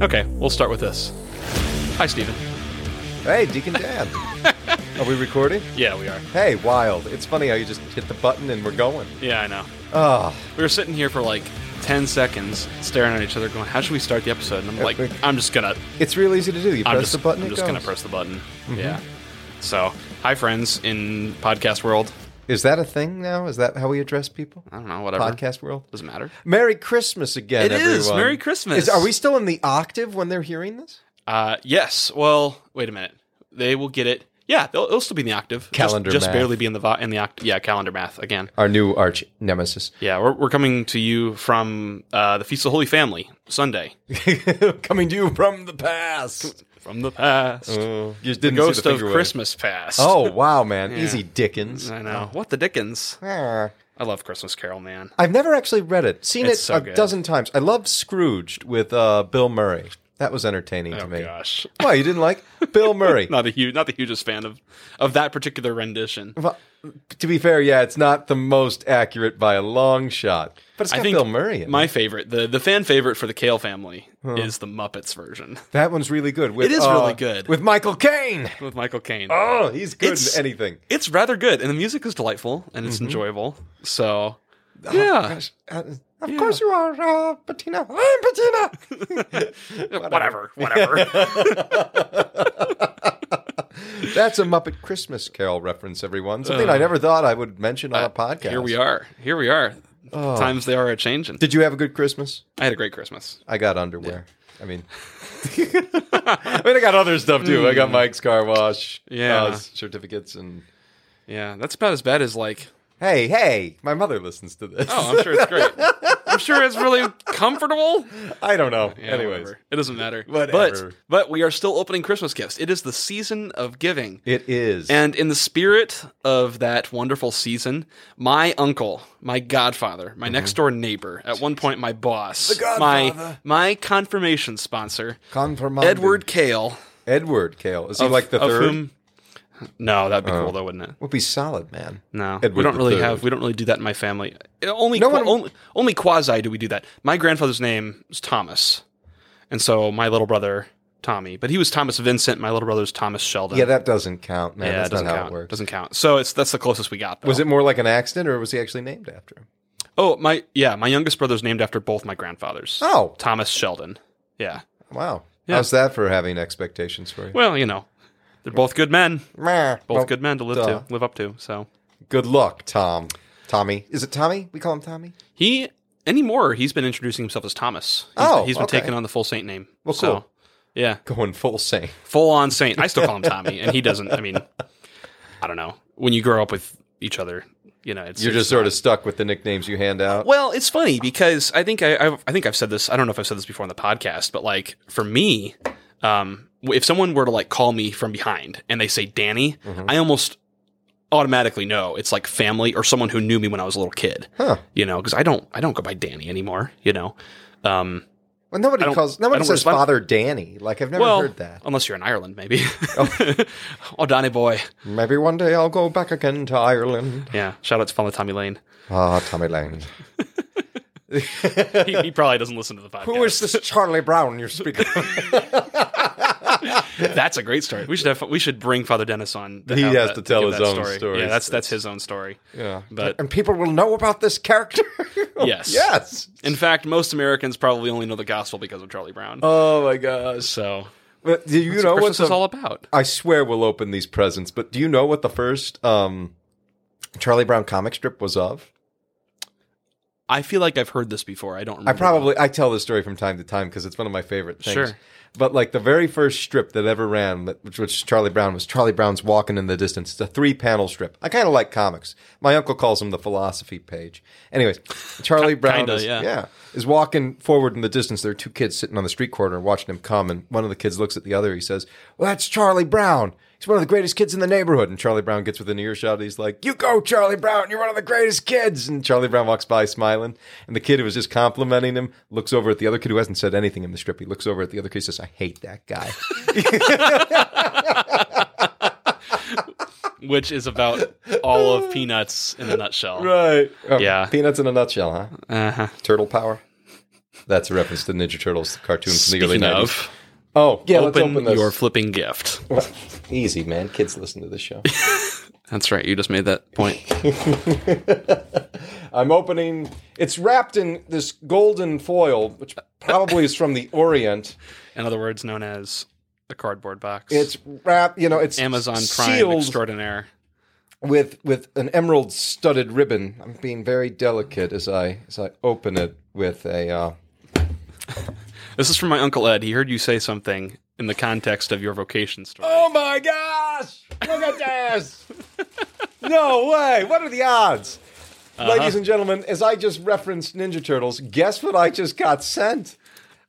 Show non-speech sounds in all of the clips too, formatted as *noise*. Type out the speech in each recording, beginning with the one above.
Okay, we'll start with this. Hi, Steven. Hey, Deacon Dan. Are we recording? Yeah, we are. Hey, wild. It's funny how you just hit the button and we're going. Yeah, I know. Ah, We were sitting here for like 10 seconds staring at each other going, how should we start the episode? And I'm like, I'm just going to it's real easy to do. You I'm press just, the button. I'm it just gonna goes. Mm-hmm. press the button. Yeah. So, hi friends in podcast world. Is that a thing now? Is that how we address people? I don't know, whatever. Podcast world. doesn't matter. Merry Christmas again, It is. everyone. Merry Christmas. Is- are we still in the octave when they're hearing this? Uh, yes. Well, wait a minute. They will get it. Yeah, they'll, it'll still be in the octave. Just- Calendar just, math. barely be in the vo- in the octave. Yeah, calendar math again. Our new arch *laughs* nemesis. Yeah, we're, we're coming to you from uh, the Feast of the Holy Family Sunday Coming to you from the past. from the past. Oh, you didn't the see ghost of finger wave. Christmas past. Oh, *laughs* wow, man. Easy Dickens. I know. What the dickens? Ah. I love Christmas Carol, man. I've never actually read it. Seen It's it so a good. dozen times. I love Scrooged with uh, Bill Murray. That was entertaining to Oh me. gosh, Why you didn't like *laughs* Bill Murray? not a huge, not the hugest fan of of that particular rendition. Well, to be fair, yeah, it's not the most accurate by a long shot, but it's got I think Bill Murray. In it. My favorite, the the fan favorite for the Kale family, is the Muppets version *laughs* That one's really good. With, It is uh, really good. with Michael Caine. with Michael Caine. Oh, he's good It's- in anything. It's rather good, and the music is delightful and Mm-hmm. it's enjoyable. *laughs* So, yeah, Gosh, uh, of course you are, uh, Bettina. I'm Bettina. *laughs* whatever, whatever. That's a Muppet Christmas Carol reference, everyone. Something I never thought I would mention on *laughs* a podcast. Uh, Oh. Here we are. Here we are. Times they are a changing. Did you have a good Christmas? I had a great Christmas. I got underwear. I mean, *laughs* I mean, I got other stuff too. I got Mike's car wash, Yeah. uh, certificates, and Yeah, that's about as bad as like. hey, hey, my mother listens to this. *laughs* Oh, I'm sure it's great. I'm sure it's really comfortable. I don't know. Yeah, Anyways, whatever. it doesn't matter. Whatever. But but we are still opening Christmas gifts. It is the season of giving. it is. And in the spirit of that wonderful season, my uncle, my godfather, Mm-hmm. my next door neighbor, at one point my boss, my godfather. my confirmation sponsor, Confirmando. Edward Kale, Edward Kale. Is he like the of third? Oh. whom- no, that'd be cool though, wouldn't it? Would be solid, man. No, we Edward don't the really Third. have. We don't really do that in my family. It- Only, No qua- one- only, only quasi do we do that. My grandfather's name is Thomas, and so my little brother Tommy, but he was Thomas Vincent. My little brother's Thomas Sheldon. Yeah, that doesn't count, man. Yeah, that's it doesn't not how count. it works. Doesn't count. So it's that's the closest we got. Though. Was it more like an accident, or was he actually named after him? Oh my, yeah. My youngest brother's named after both my grandfathers. Oh, Thomas Sheldon. Yeah. wow. How's that for having expectations for you? Well, you know, they're both good men. Meh. Both Well, good men to live duh. to live up to. So Good luck, Tom. Tommy. Is it Tommy? We call him Tommy? he anymore. He's been introducing himself as Thomas. He's, Oh, he's been okay. taking on the full saint name. Well, So, cool. yeah. Going full saint. full on saint. I still call *laughs* him Tommy, and he doesn't. I mean, I don't know. When you grow up with each other, you know, it's You're it's- just sort of stuck with the nicknames you hand out. Well, it's funny because I think I, I I think I've said this. I don't know if I've said this before on the podcast, but like for me, um, if someone were to like call me from behind and they say Danny, Mm-hmm. I almost automatically know it's like family or someone who knew me when I was a little kid. Huh. You know, because I don't I don't go by Danny anymore. You know. Um, Well, I nobody don't- calls. I Nobody don't says respond- Father Danny. Like I've never well, heard that. unless you're in Ireland, maybe. *laughs* oh, Danny *laughs* boy. Maybe one day I'll go back again to Ireland. Yeah, shout out to Father Tommy Lane. Ah, Tommy Lane. He, he probably doesn't listen to the podcast. Who is this Charlie Brown you're speaking? of? That's a great story. We should have, we should bring Father Dennis on. He have has that- to tell give his that own story. Yeah, that's that's his own story. yeah, But- and people will know about this character. *laughs* Yes. yes. In fact, most Americans probably only know the gospel because of Charlie Brown. Oh my gosh. so But do you know what Christmas the, is all about? I swear we'll open these presents, but do you know what the first um, Charlie Brown comic strip was of? I feel like I've heard this before. I don't. remember. I probably I tell this story from time to time because it's one of my favorite things. Sure. But like the very first strip that ever ran, that- which was Charlie Brown, was Charlie Brown's Walking in the Distance. It's a three panel strip. I kind of like comics. My uncle calls them the philosophy page. Anyways, *laughs* Charlie Brown kinda, is, yeah. is walking forward in the distance. There are two kids sitting on the street corner watching him come, and one of the kids looks at the other. He says, "Well, that's Charlie Brown." He's one of the greatest kids in the neighborhood. And Charlie Brown gets within earshot. and He's like, You go, Charlie Brown. You're one of the greatest kids. And Charlie Brown walks by smiling. And the kid who was just complimenting him looks over at the other kid who hasn't said anything in the strip. He looks over at the other kid. He says, I hate that *laughs* guy. Which is about all of Peanuts in a nutshell. right. Yeah. Peanuts in a nutshell, huh? Uh-huh. Turtle power. That's a reference to Ninja Turtles the cartoon from the early Speaking 90s. of, oh, yeah, open, let's open your this. flipping gift. *laughs* Easy, man. Kids listen to this show. That's right. You just made that point. I'm opening. It's wrapped in this golden foil, which probably is from the Orient. In other words, known as the cardboard box. It's wrapped, you know, it's Amazon Prime sealed extraordinaire. with with an emerald studded ribbon. I'm being very delicate as I as I open it with a. Uh, This is from my uncle Ed. He heard you say something in the context of your vocation story. oh my gosh! Look at this! *laughs* no way! What are the odds? Ladies and gentlemen, as I just referenced Ninja Turtles, guess what I just got sent?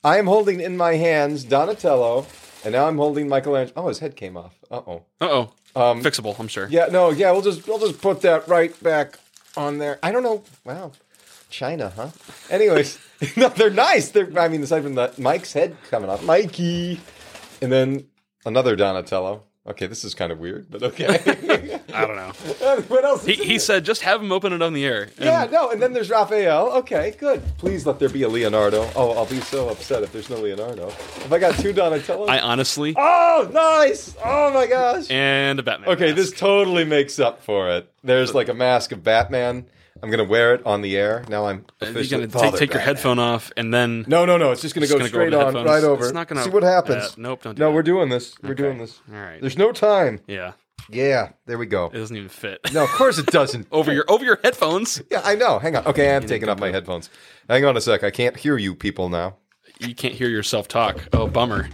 I am holding in my hands Donatello, and now I'm holding Michelangelo. Oh, his head came off. Uh oh. Uh oh. Fixable, I'm sure. Yeah, no, yeah, we'll just we'll just put that right back on there. I don't know. Wow, China, huh? Anyways, *laughs* no, they're nice. They're I mean, aside from the Mike's head coming off, Mikey, and then another Donatello. Okay, this is kind of weird, but *laughs* okay. I don't know. what else? He, is in he there? said, just have him open it on the air. And yeah, no, and then there's Raphael. Okay, good. Please let there be a Leonardo. Oh, I'll be so upset if there's no Leonardo. If I got two Donatellos. I honestly. oh, nice! Oh my gosh! And a Batman. Okay, mask. this totally makes up for it. There's like a mask of Batman. I'm gonna wear it on the air. Now I'm You're officially going to take, Father take your Batman. headphone off and then. No, no, no. It's just gonna go gonna go over straight the on, headphones. right over. It's not gonna- see what happens. uh, nope, don't do No, that. we're doing this. We're doing this. All right. There's no time. yeah. Yeah, there we go. It Oh. doesn't even fit. No, of course it doesn't. *laughs* over your over your headphones. Yeah, I know. Hang on. Okay, I'm taking off my headphones. Hang on a sec. I can't hear you people now. You can't hear yourself talk. Oh, bummer.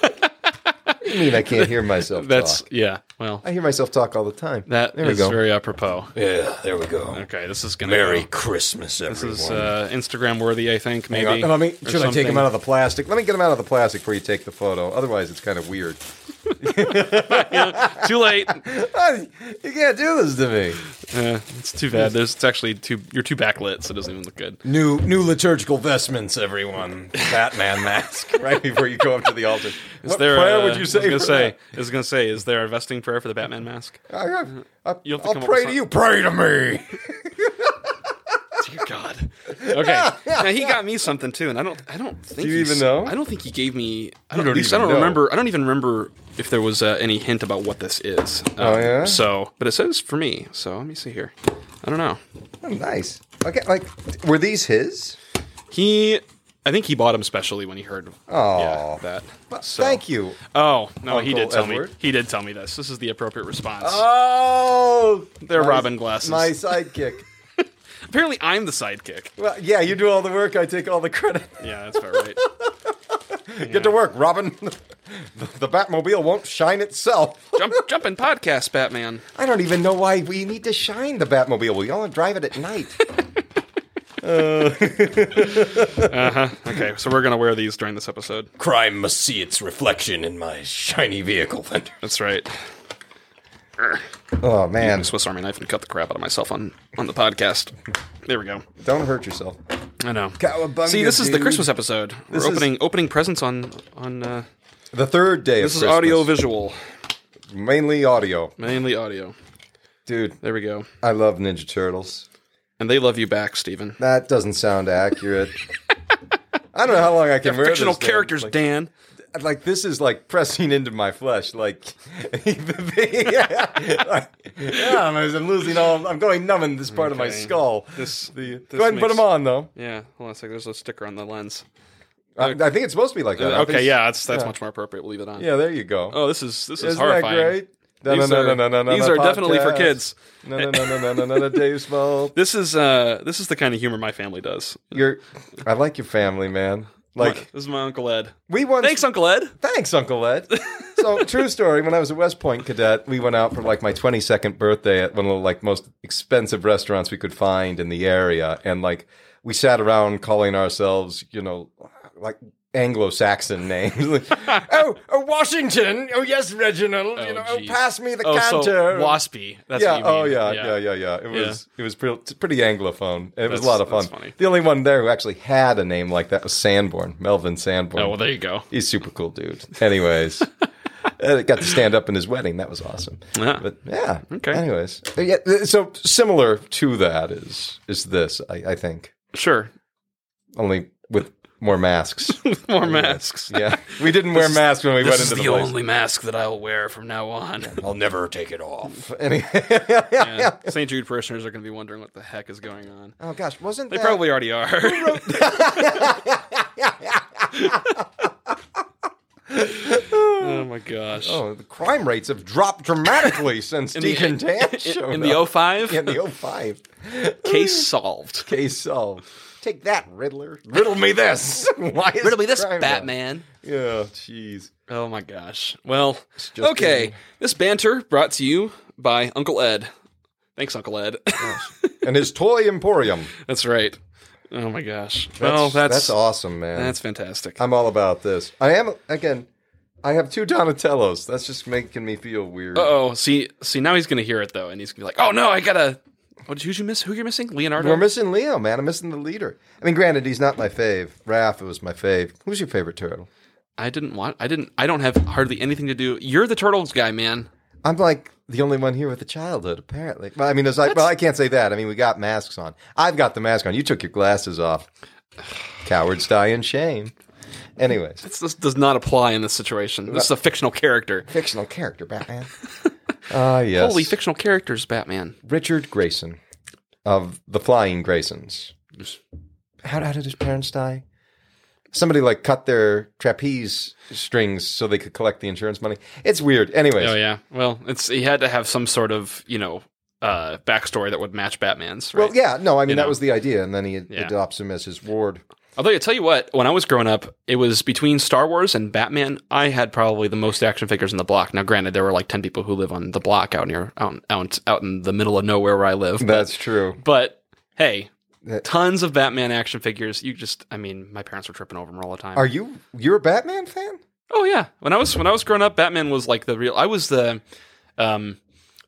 What do you mean I can't hear myself *laughs* That's talk? yeah. Well, I hear myself talk all the time. that there we is go. very apropos. yeah, there we go. Okay, this is gonna Merry go- Christmas, everyone. This is uh, Instagram worthy, I think. Maybe. Hang on. Let me, or should I take something. them out of the plastic? Let me get them out of the plastic before you take the photo. Otherwise, it's kind of weird. *laughs* Too late. you can't do this to me. Uh, it's too bad. There's it's actually too. You're too backlit, so it doesn't even look good. New new liturgical vestments, everyone. Batman mask *laughs* right before you go up to the altar. Is what there, prayer uh, would you say? I was for gonna say. I was gonna say. Is there a vesting prayer for the Batman *laughs* mask? that? I, I, You'll have to I'll come up pray with to you. Pray to me. Dear God. Okay. Now he got me something too, and I don't. I don't think. Do you he's- even know? I don't think he gave me. I don't, don't at least I don't even know. remember. I don't even remember if there was uh, any hint about what this is. Um, Oh, yeah? So, but it says for me. So let me see here. I don't know. Oh, *laughs* nice. Okay, like were these his? He. I think he bought them specially when he heard. Aw. yeah, that. So- Thank you. Oh no, he Uncle did tell Edward. me. He did tell me this. This is the appropriate response. Oh, They're my- Robin glasses. My sidekick. Apparently, I'm the sidekick. well, yeah, you do all the work. I take all the credit. Yeah, that's about right. Get to work, Robin. *laughs* the, the Batmobile won't shine itself. *laughs* Jump, jumping podcast, Batman. I don't even know why we need to shine the Batmobile. We all drive it at night. Okay, so we're gonna wear these during this episode. *laughs* Crime must see its reflection in my shiny vehicle *laughs* fender. That's right. oh man, Swiss Army knife and cut the crap out of myself on on the podcast. There we go. don't hurt yourself. I know. Cowabunga, See, this is the dude. Christmas episode. This We're is- opening opening presents on on. Uh, The third day. this is audio visual, mainly audio. mainly audio. Dude, There we go. I love Ninja Turtles. And they love you back, Steven. That doesn't *laughs* sound accurate. I don't know how long I can wear Fictional this thing. characters, Like, Dan. like, this is like pressing into my flesh. Like, *laughs* yeah, I'm losing all. I'm going numb in this part of my Okay. skull. This- the, this go ahead and put makes- them on though. Yeah, hold on a second. There's a sticker on the lens. I, I think it's supposed to be like that. I Okay, think- yeah, that's that's much more appropriate. We'll leave it on. Yeah, there you go. Oh, this is this is Isn't horrifying. that great? No, These no, no, are- no, no, no, these no, are definitely for podcast. kids. No, no, no, no, no, no, no, no, Dave Small. This is uh this is the kind of humor my family does. You're, I like your family, man. this Like is my uncle Ed. we once. Thanks, Uncle Ed. thanks, Uncle Ed. so true story. When I was a West Point cadet, we went out for like my 22nd birthday at one of the like most expensive restaurants we could find in the area, and like we sat around calling ourselves, you know, like. Anglo-Saxon names. *laughs* Like, oh, oh, Washington. Oh, yes, Reginald. you Oh, know, geez. oh, pass me the Oh, so canter. waspy. That's uh, yeah. What you mean. Oh, yeah, yeah. Yeah. Yeah. It was. It was pretty, pretty anglophone. It That's- was a lot of fun. that's funny. The only one there who actually had a name like that was Sanborn, Melvin Sanborn. Oh well, there you go. He's a super cool, dude. Anyways. *laughs* uh, got to stand up in his wedding. That was awesome. Yeah. But yeah. Okay. Anyways, Uh, yeah, th- so similar to that is is this. I, I think Sure. *laughs* only with more masks. More masks. yeah, we didn't wear masks when we went This is into the, the, place. only mask that I will wear from now *laughs* on. I'll never take it off. Any- *laughs* Yeah. St. Jude parishioners are going to be wondering what the heck is going on. oh gosh, wasn't They that- probably already are. *laughs* oh my gosh. Oh, the crime rates have *laughs* dropped dramatically since the- Deacon Dan showed in the oh- up. 05 in the 05 case *laughs* solved. case solved. Take that, Riddler. Riddle *laughs* me this. Why is Riddle me this, crime down? Batman. Yeah, jeez. Oh my gosh. Well, just okay. getting- This banter brought to you by Uncle Ed. Thanks, Uncle Ed. And his toy emporium. *laughs* that's right. Oh my gosh. That's, well, that's that's awesome, man. that's fantastic. I'm all about this. I am again. I have two Donatellos. That's just making me feel weird. oh, see, see, now he's gonna hear it though, and he's gonna be like, "Oh no, I gotta." What, who'd you miss? Who you're missing? Leonardo. We're missing Leo, man. I'm missing the leader. I mean, granted, he's not my fave. Raph was my fave. Who's your favorite turtle? I didn't want. I didn't. I don't have hardly anything to do. You're the turtles guy, man. I'm like the only one here with a childhood, apparently. Well, I mean, there's like, well, I can't say that. I mean, we got masks on. I've got the mask on. You took your glasses *sighs* off. Cowards die in shame. Anyways, This, this does not apply in this situation. This is a fictional character. fictional character, Batman. Ah, yes. Holy fictional characters, Batman. Richard Grayson of the Flying Graysons. Yes. How, how did his parents die? Somebody like cut their trapeze strings so they could collect the insurance money. It's weird. Anyways, Oh yeah. Well, it's he had to have some sort of you know uh, backstory that would match Batman's. Right? well, yeah, no, I mean You that know. was the idea, and then he Yeah. adopts him as his ward. Although I tell you what, when I was growing up, it was between Star Wars and Batman. I had probably the most action figures in the block. Now, granted, there were like ten people who live on the block out near out out, out in the middle of nowhere where I live. But, That's true. but, hey, That- tons of Batman action figures. You just, I mean, my parents were tripping over them all the time. Are you you're a Batman fan? Oh yeah, when I was when I was growing up, Batman was like the real. I was the, um,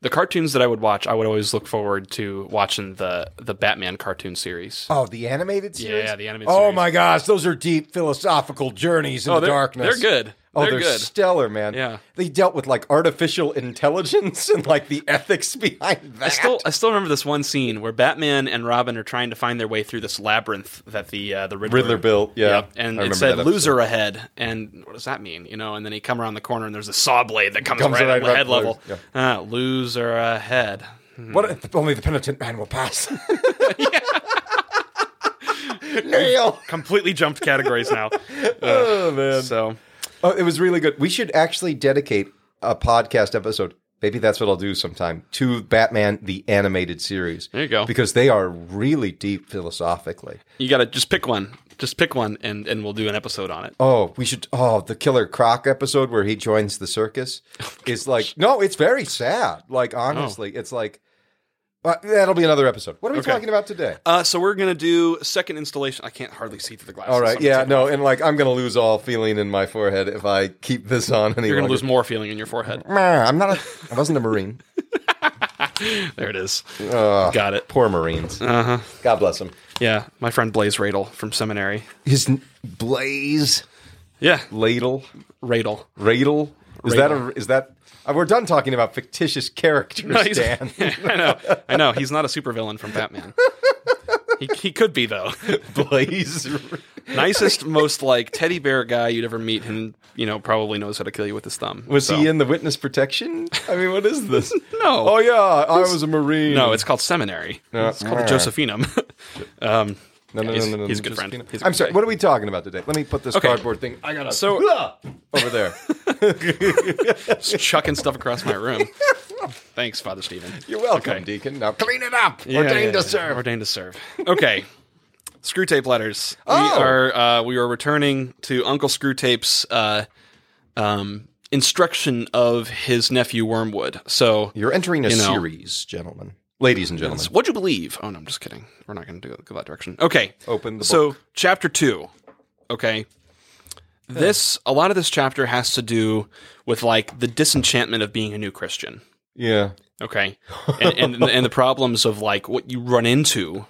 the cartoons that I would watch. I would always look forward to watching the the Batman cartoon series. Oh, the animated series. Yeah, the animated. Oh series. my gosh, those are deep philosophical journeys in Oh, the they're, darkness. They're good. Oh, they're, they're, good. stellar, man. Yeah. They dealt with like artificial intelligence *laughs* and like the ethics behind that. I still I still remember this one scene where Batman and Robin are trying to find their way through this labyrinth that the uh, the Riddler, Riddler built, yeah. Yep, and it I remember said that episode. "loser ahead," and what does that mean? You know, and then he come around the corner and there's a saw blade that comes, Comes right, right at my up head close, level. Ah, loser ahead. What only the penitent man will pass. *laughs* Nail. Completely jumped categories *laughs* now. Oh man. So Oh, it was really good. We should actually dedicate a podcast episode. Maybe that's what I'll do sometime to Batman the animated series. There you go. Because they are really deep philosophically. you got to just pick one. Just pick one, and and we'll do an episode on it. Oh, we should. Oh, the Killer Croc episode where he joins *laughs* the circus is like no, it's very sad. Like Oh. honestly, it's like uh, that'll be another episode. What are we Okay. talking about today? Uh, so we're gonna do second installation. I can't hardly see through the glasses. All so I'm right, gonna yeah, take- no, and like I'm gonna lose all feeling in my forehead if I keep this on any You're gonna longer. lose more feeling in your forehead. Meh, I'm not. A, I wasn't a marine. There it is. Ugh, Got it. *laughs* Poor marines. Uh huh. God bless them. Yeah, my friend Blaze Radel from seminary. His n- blaze Yeah, ladle Radel. radle. Is that a? Is that? uh, we're done talking about fictitious characters, he's- *laughs* Dan. I know. I know. He's not a supervillain from Batman. He, he could be though. *laughs* blaze. *laughs* Nicest, most like teddy bear guy you'd ever meet, and you know probably knows how to kill you with his thumb. Was So- he in the witness protection? I mean, what is this? *laughs* No. Oh yeah, I was a marine. No, it's called seminary. No. It's called the Josephinum. *laughs* um, no, no, no, he's- no, no, he's a good no, just friend. peanut- He's a I'm good sorry. guy. What are we talking about today? Let me put this Okay. cardboard thing. I got So- *laughs* *laughs* over there. just chucking stuff across my *laughs* room. Thanks, Father Stephen. You're welcome, Okay. Deacon. Now clean it up. Yeah, Ordained yeah, to yeah. serve. Ordained to serve. Okay. *laughs* Screw tape letters. Oh. We are uh, we are returning to Uncle Screw Tape's uh, um, instruction of his nephew Wormwood. So, You're entering a You know. series, gentlemen, ladies and gentlemen. what'd you believe? Oh no, I'm just kidding. We're not going to go that direction. Okay. Open the so chapter two. Okay. This a lot of this chapter has to do with like the disenchantment of being a new Christian. Yeah. Okay, and, and and the problems of like what you run into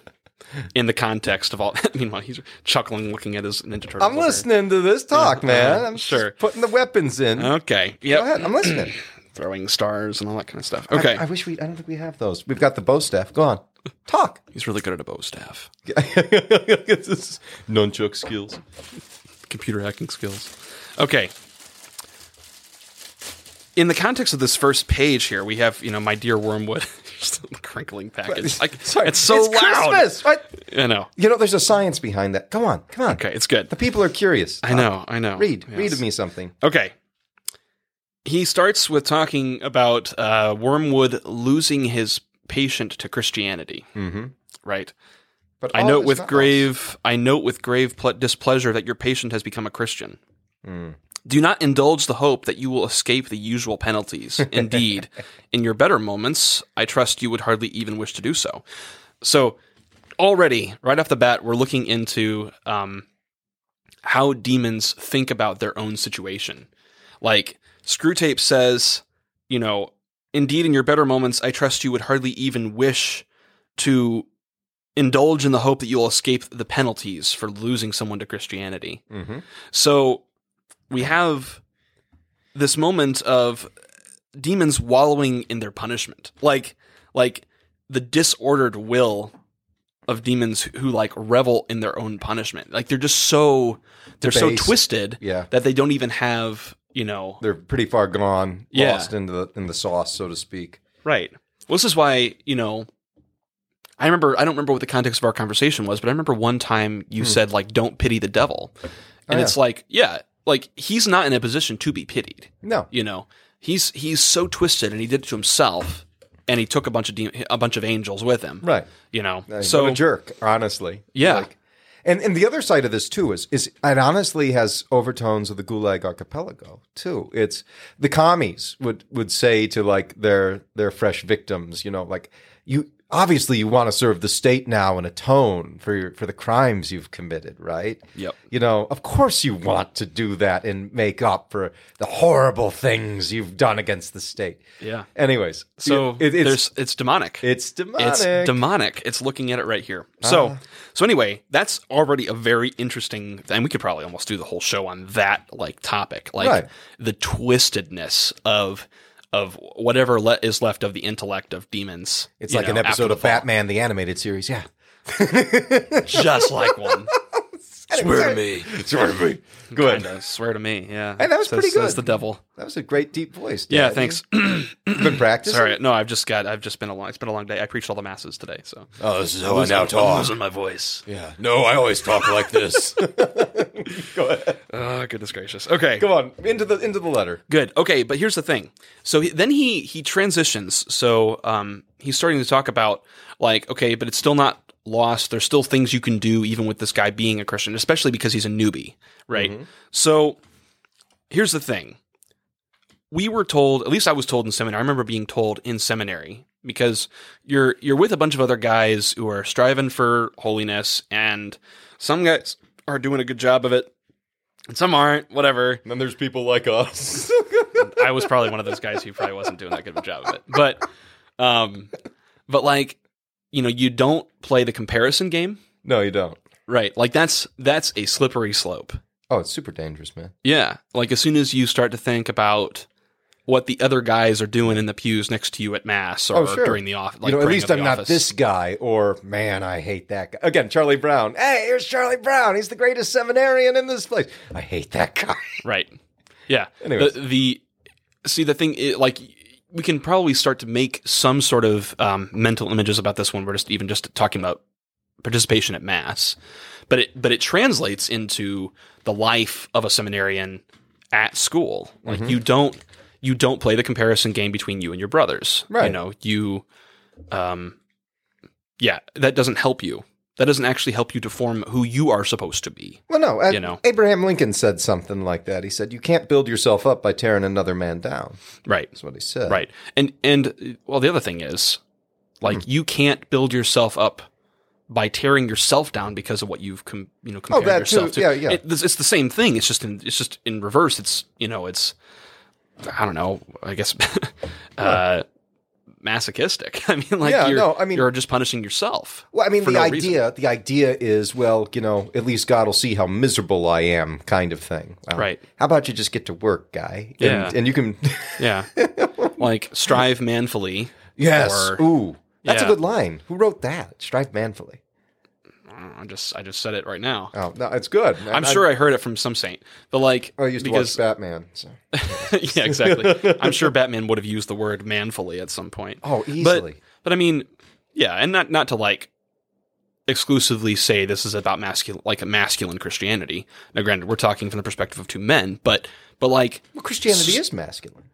in the context of all. *laughs* Meanwhile, he's chuckling, looking at his Ninja Turtle. I'm listening to this talk, man. I'm Uh-huh. sure. Uh-huh. sure putting the weapons in. Okay, Go yeah, ahead. I'm listening. throwing stars and all that kind of stuff. *clears throat* Okay, I wish we. I don't think we have those. We've got the bow staff. Go on. *laughs* Talk. He's really good at a bow staff. This is Nunchuck skills. computer hacking skills. Okay. In the context of this first page here, we have you know my dear Wormwood *laughs* Just a crinkling package. *laughs* Like, it's so loud. Christmas. What? I know. You know, there's a science behind that. Come on, come on. Okay, it's good. The people are curious. I know. I know. Uh, Read, read Yes. of me something. Okay. He starts with talking about uh, Wormwood losing his patient to Christianity. Mm-hmm. Right. But I all note is with not grave I note with grave ple- displeasure that your patient has become a Christian. Do not indulge the hope that you will escape the usual penalties. Indeed, in your better moments, I trust you would hardly even wish to do so. So, already right off the bat, we're looking into um, how demons think about their own situation. Like Screwtape says, you know, indeed, in your better moments, I trust you would hardly even wish to indulge in the hope that you'll escape the penalties for losing someone to Christianity. awesome. Mhm. So we have this moment of demons wallowing in their punishment. Like like the disordered will of demons who, who, like revel in their own punishment. Like they're just so they're so Debased. twisted Yeah, that they don't even have, you know, they're pretty far gone, Yeah. lost in the in the sauce, so to speak. Right. Well, this is why, you know, I remember, I don't remember what the context of our conversation was, but I remember one time you said, like, don't pity the devil. And Hmm. Oh, yeah. it's like, yeah, like, he's not in a position to be pitied. No, You know, he's, he's so twisted and he did it to himself and he took a bunch of, de- a bunch of angels with him. right. You know, I mean, so, what a jerk, honestly. yeah. And and the other side of this too is is it honestly has overtones of the Gulag Archipelago too. It's the commies would would say to like their their fresh victims, you know, like you obviously you want to serve the state now and atone for your, for the crimes you've committed, right? Yep. You know, of course you want to do that and make up for the horrible things you've done against the state. yeah. Anyways, So it- it's there's, it's demonic. it's demonic. Ah. It's demonic. It's looking at it right here. So, so anyway, that's already a very interesting, and we could probably almost do the whole show on that like topic, like Right. the twistedness of of whatever le- is left of the intellect of demons. It's you like know, an episode after of Batman the animated series. Yeah. the- just like *laughs* one. Swear to me. Swear to me. Good. Kinda, swear to me, yeah. Hey, that was Says- pretty Says good. the devil. That was a great deep voice. Dan. Yeah, thanks. *clears throat* You've *clears throat* been practicing. Sorry, no, I've just got, I've just been a long, it's been a long day. I preached all the masses today, so Oh, this is how I now talk. losing my voice. Yeah. *laughs* No, I always talk like *laughs* this. Oh, goodness gracious. Okay, Come on, into the into the letter. Good. Okay, but here's the thing. So he, then he he transitions. So um, he's starting to talk about like okay, but it's still not lost. There's still things you can do even with this guy being a Christian, especially because he's a newbie, right? So here's the thing. We were told, at least I was told in seminary. I remember being told in seminary because you're you're with a bunch of other guys who are striving for holiness, and some guys are doing a good job of it, and some aren't. Whatever. And then there's people like us. *laughs* I was probably one of those guys who probably wasn't doing that good of a job of it. But um but like, you know, you don't play the comparison game. no, you don't. Right. Like that's that's a slippery slope. Oh, it's super dangerous, man. Yeah. Like as soon as you start to think about what the other guys are doing in the pews next to you at mass or Oh, sure. during the office. Like you know, at praying least at I'm the not office. this guy, or man, I hate that guy. Again, Charlie Brown. Hey, here's Charlie Brown. He's the greatest seminarian in this place. I hate that guy. Right. Yeah. Anyways. The, the see the thing i like we can probably start to make some sort of um, mental images about this one. We're just even just talking about participation at mass, but it but it translates into the life of a seminarian at school. Like Mm-hmm. you don't you don't play the comparison game between you and your brothers. You Right. know you, um, yeah, that doesn't help you. That doesn't actually help you to form who you are supposed to be. Well, no, uh, You know. Abraham Lincoln said something like that. He said, "You can't build yourself up by tearing another man down." Right. That's what he said. Right. And and uh, well the other thing is like Mm-hmm. you can't build yourself up by tearing yourself down because of what you've com- you know compared Oh, that yourself to. too. Yeah, yeah. It- it's, it's the same thing. It's just in it's just in reverse. It's you know, it's I don't know, I guess *laughs* uh masochistic. *laughs* I mean like Yeah, you're no, I mean- you're just punishing yourself. Well, I mean, for the no idea *laughs* reason. the idea is, well, you know, at least God will see how miserable I am, kind of thing. Well, Right. How about you just get to work, guy? And, Yeah. And you can, *laughs* Yeah. like strive manfully yes, Or- ooh, That's a Yeah. good line. Who wrote that? Strive manfully. I just I just said it right now. Oh, no, it's good. I'm sure I heard it from some saint, but like Oh, I, used to watch Batman. So. *laughs* yeah, exactly. I'm *laughs* sure Batman would have used the word manfully at some point. Oh, easily. But, but I mean, yeah, and not not to like exclusively say this is about masculine like a masculine Christianity. Now granted, we're talking from the perspective of two men, but but like well, Christianity is masculine.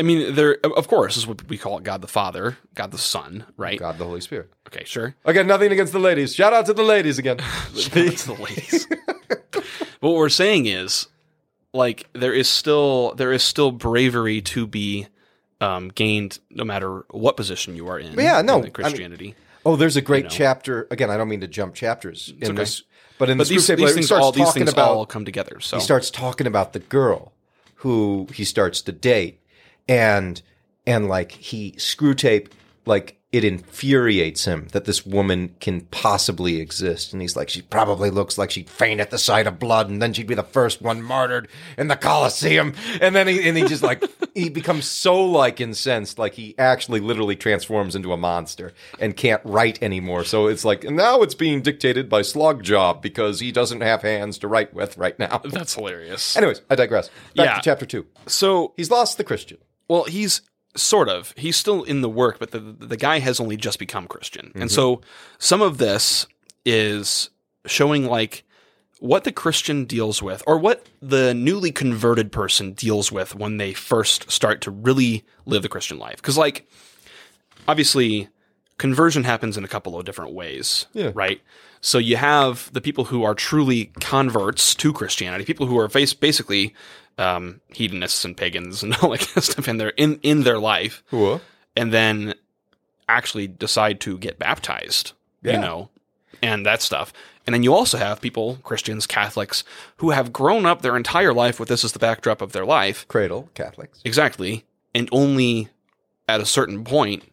I mean, there of course is what we call it God the Father, God the Son, right? God, the Holy Spirit. Okay, sure. Again, nothing against the ladies. Shout out to the *laughs* ladies again. It's the ladies. *laughs* what we're saying is like there is still there is still bravery to be um, gained no matter what position you are in. Yeah, no, in I mean- Christianity. Oh, there's a great know. chapter. Again, I don't mean to jump chapters in okay. this, but in but the these, script, these he things starts all these talking things about all come together. So he starts talking about the girl who he starts to date, and and like he screw tape like it infuriates him that this woman can possibly exist, and he's like, she probably looks like she'd faint at the sight of blood, and then she'd be the first one martyred in the Colosseum, and then he and he just like *laughs* he becomes so like incensed, like he actually literally transforms into a monster and can't write anymore. So it's like now it's being dictated by Slogjob because he doesn't have hands to write with right now. that's hilarious. Anyways, I digress. Back Yeah. to chapter two. So He's lost the Christian. well, he's sort of he's still in the work, but the the guy has only just become Christian, and so some of this is showing like what the Christian deals with, or what the newly converted person deals with when they first start to really live the Christian life, because like obviously conversion happens in a couple of different ways Yeah. right so you have the people who are truly converts to christianity people who are face- basically um, hedonists and pagans and *laughs* all that kind of stuff in their in, in their life Who? and then actually decide to get baptized Yeah. you know and that stuff and then you also have people christians catholics who have grown up their entire life with this as the backdrop of their life Cradle Catholics. Exactly. And only at a certain point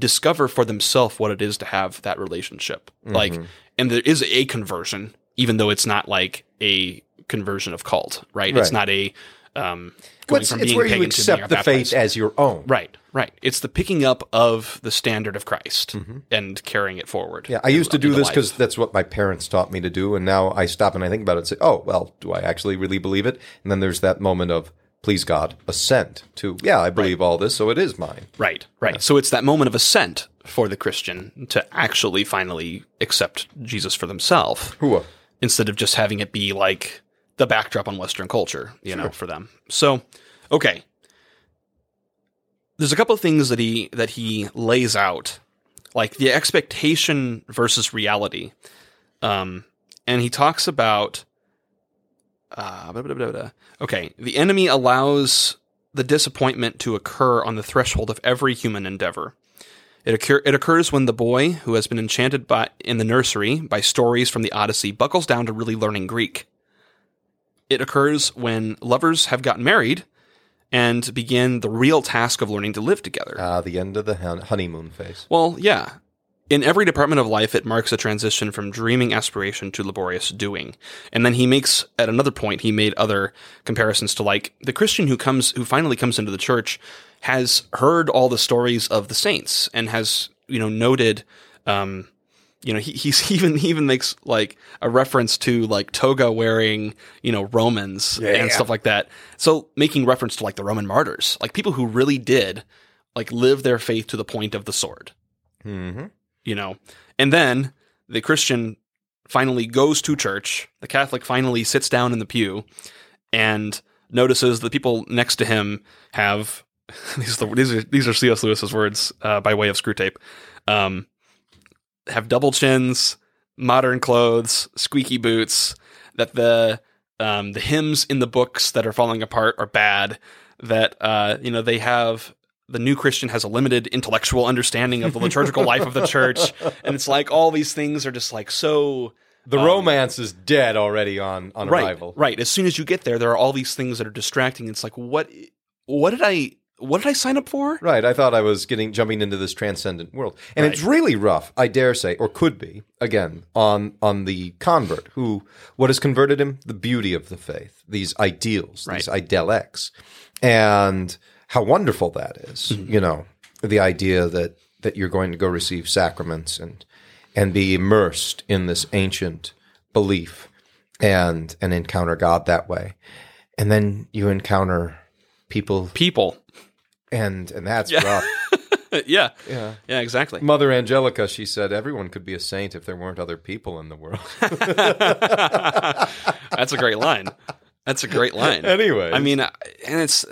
discover for themselves what it is to have that relationship. Like Mm-hmm. and there is a conversion, even though it's not like a conversion of cult, right? It's Right. not a um going It's, from it's being where pagan you to accept being the baptized. faith as your own. Right, right. It's the picking up of the standard of Christ and carrying it forward. Mm-hmm. Yeah, I used to do into this life. because that's what my parents taught me to do, and now I stop and I think about it and say, "Oh, well, do I actually really believe it?" And then there's that moment of, "Please God, assent to." Yeah, I believe all this, so it is mine. Right, right. So it's that moment of assent for the Christian to actually finally accept Jesus for themselves. Whoa. instead of just having it be like the backdrop on Western culture, you know, for them. So, okay. There's a couple of things that he that he lays out, like the expectation versus reality, um, and he talks about. Uh, blah, blah, blah, blah. Okay, the enemy allows the disappointment to occur on the threshold of every human endeavor. It, occur- it occurs when the boy who has been enchanted by in the nursery by stories from the Odyssey buckles down to really learning Greek. It occurs when lovers have gotten married and begin the real task of learning to live together. Ah, the end of the hon- honeymoon phase. Well, yeah. In every department of life, it marks a transition from dreaming aspiration to laborious doing. And then he makes, at another point, he made other comparisons to like the Christian who comes, who finally comes into the church, has heard all the stories of the saints and has, you know, noted, um, you know, he, he's *laughs* even he even makes like a reference to like toga wearing, you know, Romans and stuff like that. So making reference to like the Roman martyrs, like people who really did like live their faith to the point of the sword Mm-hmm. you know. And then the Christian finally goes to church. The Catholic finally sits down in the pew and notices the people next to him have *laughs* these are, these are these are C.S. Lewis's words uh, by way of screw tape. Um, have double chins, modern clothes, squeaky boots. That the um, the hymns in the books that are falling apart are bad. That uh, you know they have the new Christian has a limited intellectual understanding of the liturgical life of the church, and it's like all these things are just like so The romance is dead already on on Um, right, arrival. Right. As soon as you get there, there are all these things that are distracting. It's like what what did I what did I sign up for? Right. I thought I was getting jumping into this transcendent world, and it's really rough. I dare say, or could be again on on the convert who what has converted him the beauty of the faith, these ideals, these idyllics, and how wonderful that is, You know, the idea that that you're going to go receive sacraments and and be immersed in this ancient belief and and encounter God that way. And then you encounter people People. and and that's Yeah. rough. *laughs* yeah. Yeah. Yeah, exactly. *laughs* Mother Angelica, she said everyone could be a saint if there weren't other people in *laughs* the world. That's a great line. That's a great line. *laughs* anyway. I mean, I- and it's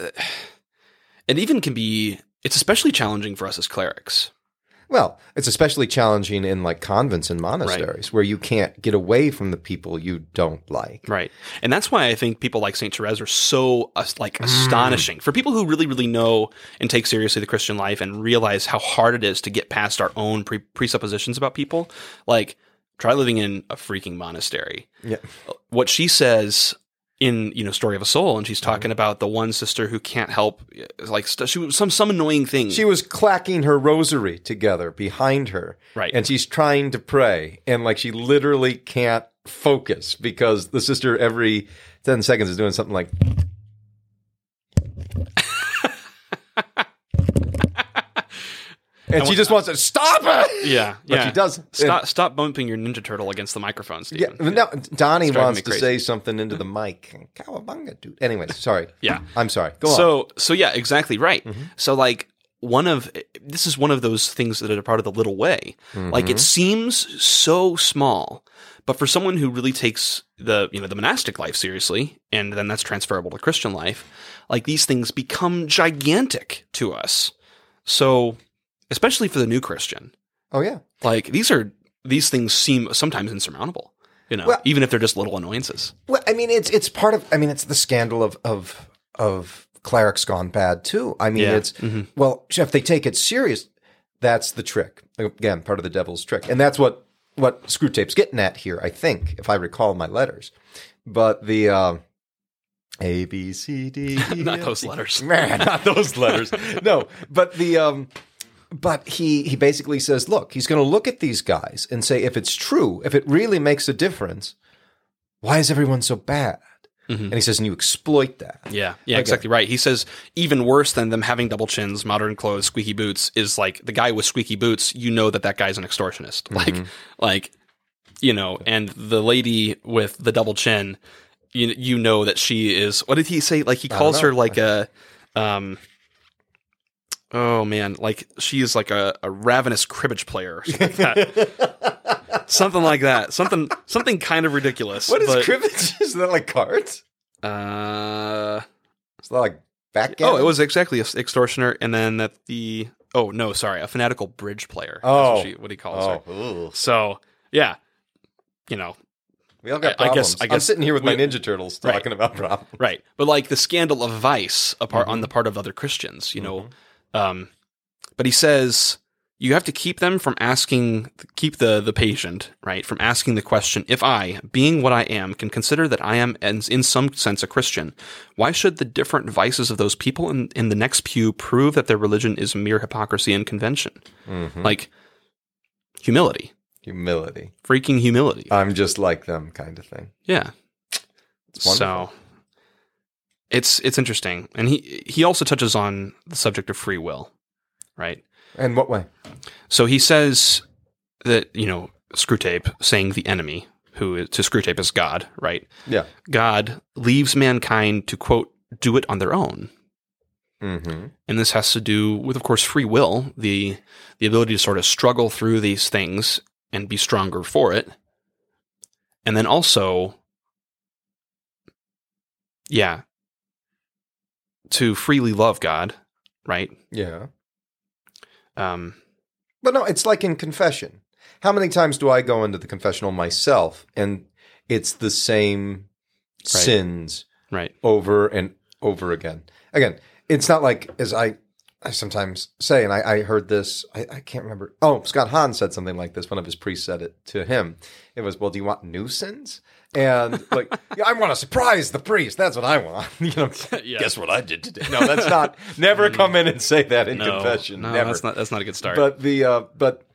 it even can be it's especially challenging for us as clerics. Well, it's especially challenging in like convents and monasteries where you can't get away from the people you don't like. Right. And that's why I think people like St. Therese are so uh, like Mm. astonishing. For people who really really know and take seriously the Christian life and realize how hard it is to get past our own pre- presuppositions about people, like try living in a freaking monastery. Uh, Yeah. what she says in you know story of a soul and she's Mm-hmm. talking about the one sister who can't help uh, like st- she was some some annoying thing She was clacking her rosary together behind her. Right. And she's trying to pray. And like she literally can't focus because the sister every 10 seconds is doing something *laughs* like. and she just wants to stop it. yeah But yeah she doesn't. stop stop bumping your ninja turtle against the microphone Yeah, Steven. but no, Donnie driving wants me to crazy. say something into the mic. Cowabunga, dude. Anyways, sorry. *laughs* Yeah. I'm sorry. Go on. Mm-hmm. so so yeah exactly right so like one of this is one of those things that are part of the little way Mm-hmm. like it seems so small but for someone who really takes the you know the monastic life seriously and then that's transferable to christian life like these things become gigantic to us so especially for the new christian Oh yeah. like these are these things seem sometimes insurmountable you know Well- even if they're just little annoyances Well, I mean, it's it's part of. I mean, it's the scandal of of of clerics gone bad too. I mean, Yeah. Mm-hmm. it's *laughs* well, if they take it serious, that's the trick. Again, part of the devil's trick, and that's what what Screwtape's getting at here. I think, if I recall my letters, but the. Uh, a B C D E, *laughs* Not F, those G- letters. Man, *laughs* not those letters. No, but the um, but he he basically says, look, he's going to look at these guys and say, if it's true, if it really makes a difference, why is everyone so bad? Mm-hmm. And he says, and you exploit that. *laughs* Yeah, yeah, exactly right. He says even worse than them having double chins, modern clothes, squeaky boots is like the guy with squeaky boots. You know that that guy's an extortionist. Mm-hmm. Like, like you know, and the lady with the double chin, you you know that she is. What did he say? Like he calls her know. like a, um, oh man, like she is like a, a ravenous cribbage player, or something like that. something like *laughs* that, something something kind of ridiculous. What is but, cribbage? *laughs* Is that like cards? Uh, Is that like backgammon? Oh, it was exactly an extortioner, and then that the oh no, sorry, a fanatical bridge player. That's Oh. what, she, what he calls her. Oh, ooh. So yeah, you know, we all got I- I guess- I problems. I, guess, I am guess sitting here with my we- Ninja Turtles Right. talking about problems. right? But like the scandal of vice, apart Mm-hmm. on the part of other Christians, you know. Um, but he says you have to keep them from asking, keep the the patient right from asking the question. If I, being what I am, can consider that I am in, in some sense a Christian, why should the different vices of those people in in the next pew prove that their religion is mere hypocrisy and convention? Like humility, Mm-hmm. Humility. freaking humility. I'm just like them, kind of thing. Yeah. wonderful. so it's it's interesting, and he he also touches on the subject of free will, right? And what way? So he says that you know Screwtape saying the enemy who is, to Screwtape is God, right? Yeah. God leaves mankind to quote do it on their own, Mm-hmm. and this has to do with, of course, free will the the ability to sort of struggle through these things and be stronger for it, and then also, yeah, to freely love God, right? Yeah. Um, But no, it's like in confession. How many times do I go into the confessional myself and it's the same sins right, over and over again? Again, it's not like as I I sometimes say, and I, I heard this, I, I can't remember. Oh, Scott Hahn said something like this. One of his priests said it to him. It was, Well, do you want new sins? And *laughs* like, yeah, I want to surprise the priest. That's what I want. *laughs* you know, yeah. Guess what I did today? no, that's not, *laughs* never come in and say that in confession. No, never. that's not that's not a good start. But the uh, but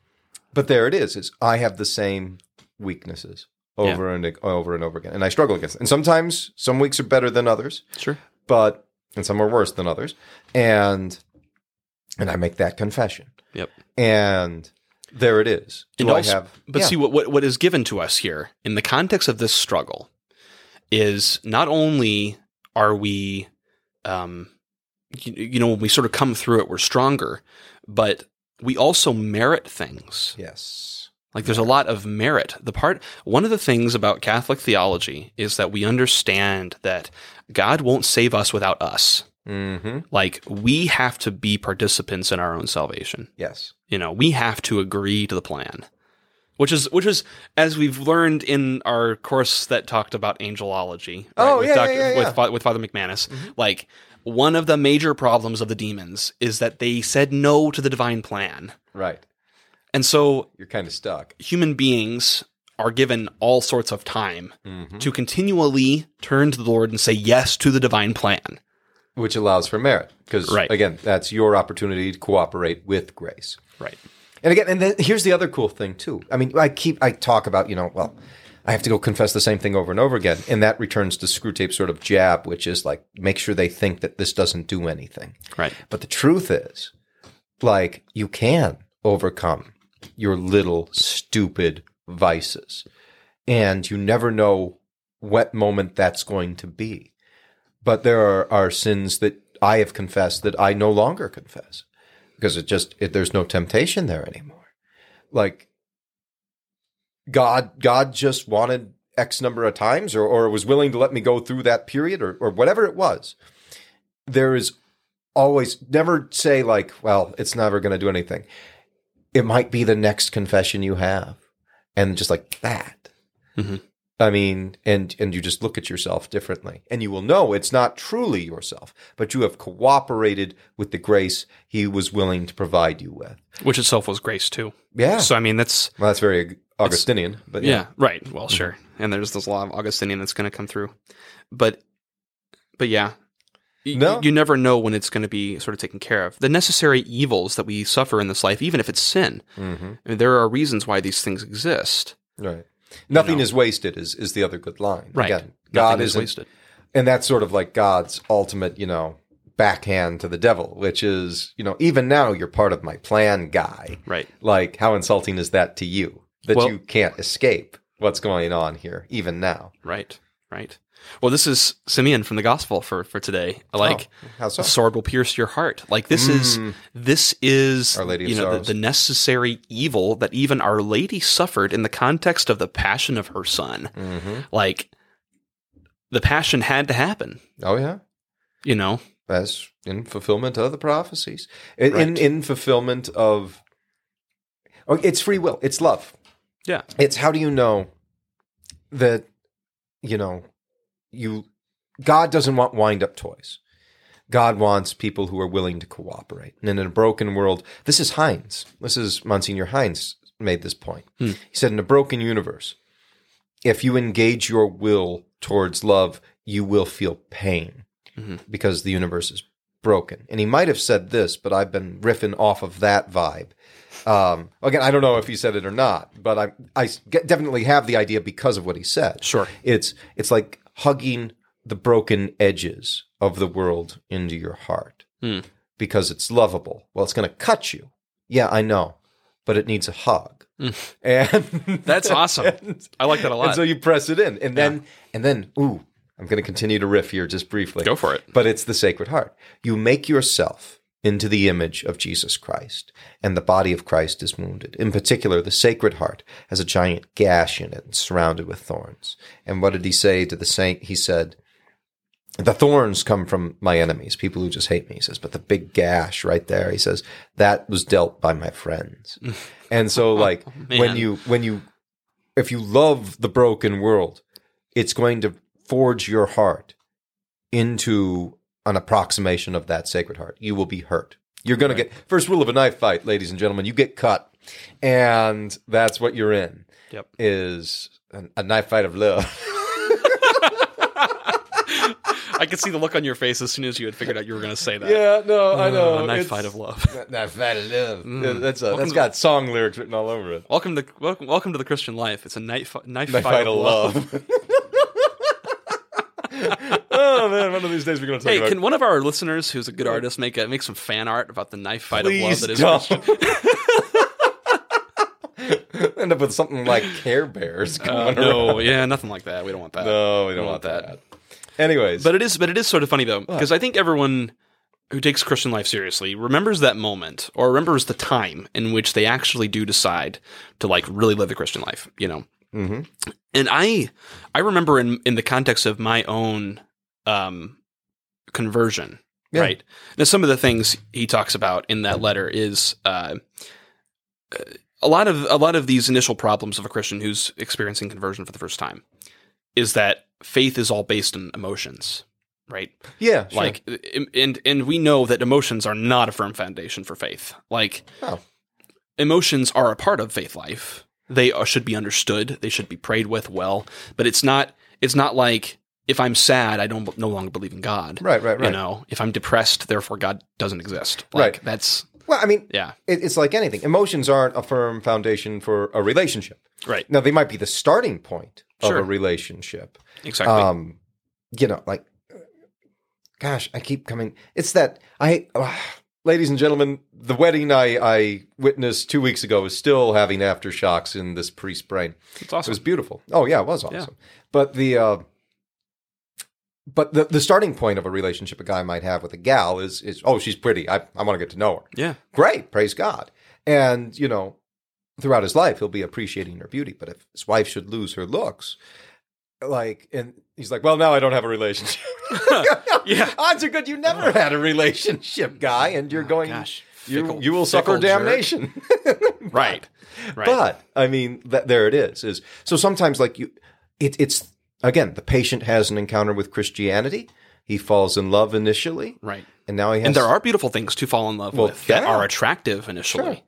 but there it is. Is I have the same weaknesses over and ag- over and over again, and I struggle against. It. And sometimes some weeks are better than others, sure, but and some are worse than others, and and I make that confession. Yep. and there it is. Do And I also- have? But yeah. see, what, what what is given to us here in the context of this struggle is not only are we, um, you, you know, when we sort of come through it, we're stronger, but we also merit things. yes, Like there's a lot of merit. The part one of the things about Catholic theology is that we understand that God won't save us without us. mm-hmm. Like we have to be participants in our own salvation yes, you know we have to agree to the plan which is which is as we've learned in our course that talked about angelology Oh, with, yeah, yeah, yeah, Mm-hmm. yeah. with Fa- with father mcmanus like one of the major problems of the demons is that they said no to the divine plan right. and so You're kind of stuck. human beings are given all sorts of time Mm-hmm. to continually turn to the lord and say yes to the divine plan which allows for merit because Right. again that's your opportunity to cooperate with grace right and again and then here's the other cool thing too i mean i keep i talk about you know well i have to go confess the same thing over and over again and that returns to screw tape sort of jab which is like make sure they think that this doesn't do anything right but the truth is like you can overcome your little stupid vices and you never know what moment that's going to be but there are, are sins that i have confessed that i no longer confess because it just it, there's no temptation there anymore like god god just wanted x number of times or, or was willing to let me go through that period or, or whatever it was there is always never say like well it's never going to do anything it might be the next confession you have and just like that Mhm. i mean and and you just look at yourself differently and you will know it's not truly yourself but you have cooperated with the grace he was willing to provide you with which itself was grace too yeah so i mean that's well, that's very augustinian but yeah. right Mm-hmm. well sure and there's this law of augustinian that's going to come through but but yeah Y- No. you never know when it's going to be sort of taken care of the necessary evils that we suffer in this life even if it's sin hmm I mean, there are reasons why these things exist right nothing know. is wasted is is the other good line right Again, Nothing god is isn't wasted and that's sort of like God's ultimate, you know, backhand to the devil, which is, you know, even now you're part of my plan, guy. right Like, how insulting is that to you that Well- you can't escape what's going on here, even now? right right well this is simeon from the gospel for for today like Oh, how so? Mm, a sword will pierce your heart. Like this is this is Our Lady of you know Sorrows. the, the necessary evil that even Our Lady suffered in the context of the passion of her son. Mhm. Like the passion had to happen, Oh yeah, you know. that's in fulfillment of the prophecies, in in, Right. in fulfillment of. Oh, it's free will. It's love. Yeah. it's how do you know that you know you god doesn't want wind up toys god wants people who are willing to cooperate and in a broken world this is heinz this is monsignor heinz made this point Hmm. he said in a broken universe if you engage your will towards love you will feel pain because the universe is broken and he might have said this but i've been riffing off of that vibe um, again, I don't know if he said it or not, but I I s- get- definitely have the idea because of what he said. Sure. it's it's like hugging the broken edges of the world into your heart Hmm. because it's lovable. Well, it's going to cut you. Yeah, I know, but it needs a hug. Hmm. And That's *laughs* awesome. I like that a and lot. so you press it in, and then and then ooh, I'm going to continue to riff here just briefly. Go for it. But it's the Sacred Heart. You make yourself into the image of Jesus Christ, and the body of Christ is wounded. In particular, the Sacred Heart has a giant gash in it and surrounded with thorns. And what did he say to the saint? He said, the thorns come from my enemies, people who just hate me. He says, but the big gash right there, he says, that was dealt by my *laughs* friends. and so, like when man. you when you if you love the broken world, it's going to forge your heart into an approximation of that sacred heart. You will be hurt. You're going to get first rule of a knife fight, ladies and gentlemen. You get cut, and that's what you're in. Yep. Is an, a knife fight of love. *laughs* I could see the look on your face as soon as you had figured out you were going to say that. yeah, no, I know. a knife It's- fight of love. That, that fat love. Yeah, that's a, Mm. Welcome that's to- got song lyrics written all over it. Welcome to welcome, welcome to the Christian life. It's a knife knife, Knife fight, fight of of love. love. *laughs* oh man, what one of these days we're going to talk Hey, about. can one of our listeners, who's a good artist, make a, make some fan art about the knife fight of love Please that is *laughs* don't. *laughs* End up with something like Care Bears. Going Uh, around. no, yeah, nothing like that. We don't want that. no, we don't want that. Anyways, But it is, but it is sort of funny though, because I think everyone who takes Christian life seriously remembers that moment or remembers the time in which they actually do decide to like really live the Christian life. You know, Mhm. and I, I remember in in the context of my own um, conversion, Yeah. right? Now, some of the things he talks about in that letter is. Uh, a lot of a lot of these initial problems of a Christian who's experiencing conversion for the first time is that faith is all based on emotions, right? yeah, sure. Like, and and we know that emotions are not a firm foundation for faith. Like, Oh. emotions are a part of faith life. They are, should be understood. They should be prayed with well. But it's not. It's not like if I'm sad, I don't no longer believe in God. right, right, right. You know, if I'm depressed, therefore God doesn't exist. Like Right. that's Well, I mean, yeah, it, it's like anything. Emotions aren't a firm foundation for a relationship. right, Now, they might be the starting point of Sure. a relationship. exactly. Um, you know, like, gosh, I keep coming. It's that I, *sighs* ah, ladies and gentlemen, the wedding I, I witnessed two weeks ago is still having aftershocks in this priest's brain. it's It was awesome. beautiful. Oh yeah, it was awesome. Yeah. But the uh, but the, the starting point of a relationship a guy might have with a gal is is oh she's pretty I I want to get to know her Yeah. great praise God and you know throughout his life he'll be appreciating her beauty but if his wife should lose her looks like and he's like well now I don't have a relationship *laughs* Yeah. *laughs* Oh, odds are good you never had a relationship guy and you're going gosh, you fickle- you will suffer fickle jerk. damnation. Right. Right. But I mean, that, there it is. Is so sometimes like you, it, it's again the patient has an encounter with Christianity. He falls in love initially, right. and now he has And there are beautiful things to fall in love Well, with that yeah. are attractive initially. Sure.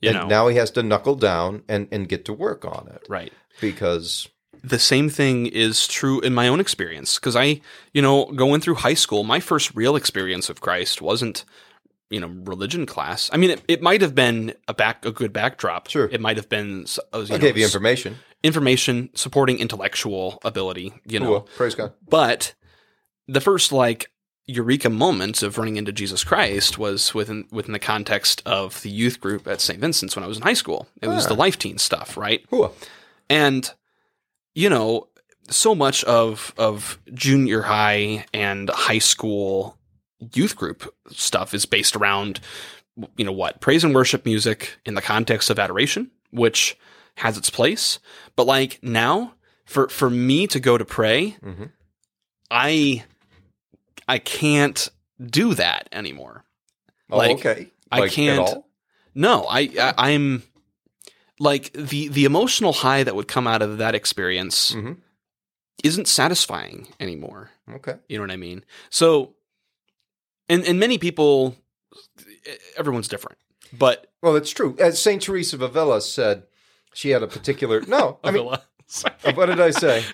You and know. now he has to knuckle down and and get to work on it right. because The same thing is true in my own experience because I, you know, going through high school, my first real experience of Christ wasn't you know religion class i mean it, it might have been a back a good backdrop Sure. it might have been s- uh, you I know, gave you s- information. information supporting intellectual ability you know Cool. Praise God. But the first like eureka moments of running into Jesus Christ was within within the context of the youth group at St. Vincent's when I was in high school. It was Ah. the life teen stuff, right? Cool. And you know, so much of of junior high and high school youth group stuff is based around you know what praise and worship music in the context of adoration which has its place but like now for for me to go to pray Mhm. I I can't do that anymore. Oh, Like, okay. I Like, at can't- all? No, I, I I'm like the the emotional high that would come out of that experience Mhm. isn't satisfying anymore. Okay. You know what I mean? So and and many people everyone's different. But Well, it's true. As Saint Teresa of Avila said, she had a particular no. *laughs* I mean, Avila. Uh, Sorry. what did *laughs* I say?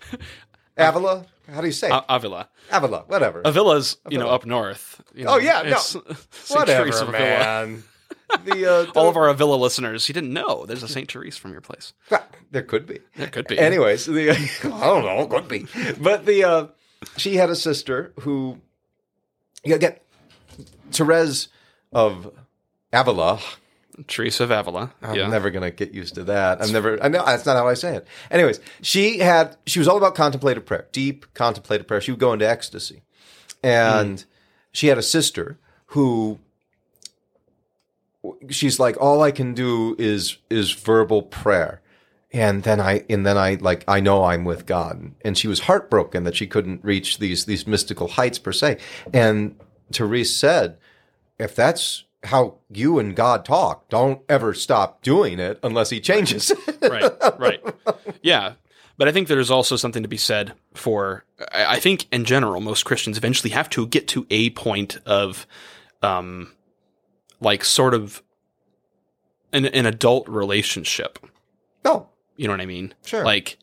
Avila. How do you say? It? A- Avila. Avila. Whatever. Avila's, you know, Avila. up north. you Oh, know, yeah, no. it's- *laughs* St. Teresa Whatever, of Avila. man. the, *laughs* uh, All of our Avila listeners, you didn't know there's a St. Therese from your place. our there could be. There could be. Anyways, the *laughs* I don't know, could be. But the uh, she had a sister who yeah, again Therese of Avila. Teresa of Avila. I'm yeah. never gonna get used to that. I'm never. I know that's not how I say it. Anyways, she had. She was all about contemplative prayer, deep contemplative prayer. She would go into ecstasy, and she had a sister who. She's like, all I can do is is verbal prayer, and then I and then I like I know I'm with God, and she was heartbroken that she couldn't reach these these mystical heights per se. And Therese said, if that's how you and God talk, don't ever stop doing it unless He changes. right, right. Yeah. But I think there's also something to be said for, I I think in general, most Christians eventually have to get to a point of, um, like sort of an, an adult relationship. *laughs* no, You know what I mean? Sure. Like,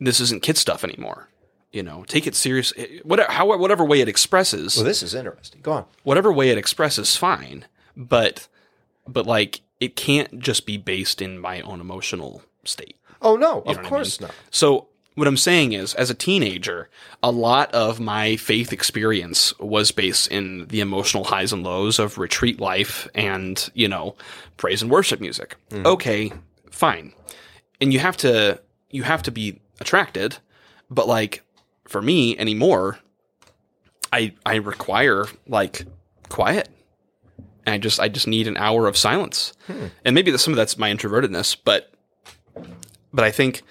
this isn't kid stuff anymore. You know, take it serious. it- Whatever, how, whatever way it expresses, well, this is interesting. Go on. whatever way it expresses, fine. But, but like, it can't just be based in my own emotional state. Oh no, know what of I course not. So What I'm saying is, as a teenager, a lot of my faith experience was based in the emotional highs and lows of retreat life and, you know, praise and worship music. Okay, fine. And you have to you have to be attracted, but like for me anymore, I I require like quiet. And I just I just need an hour of silence. And maybe that some of that's my introvertedness, but but I think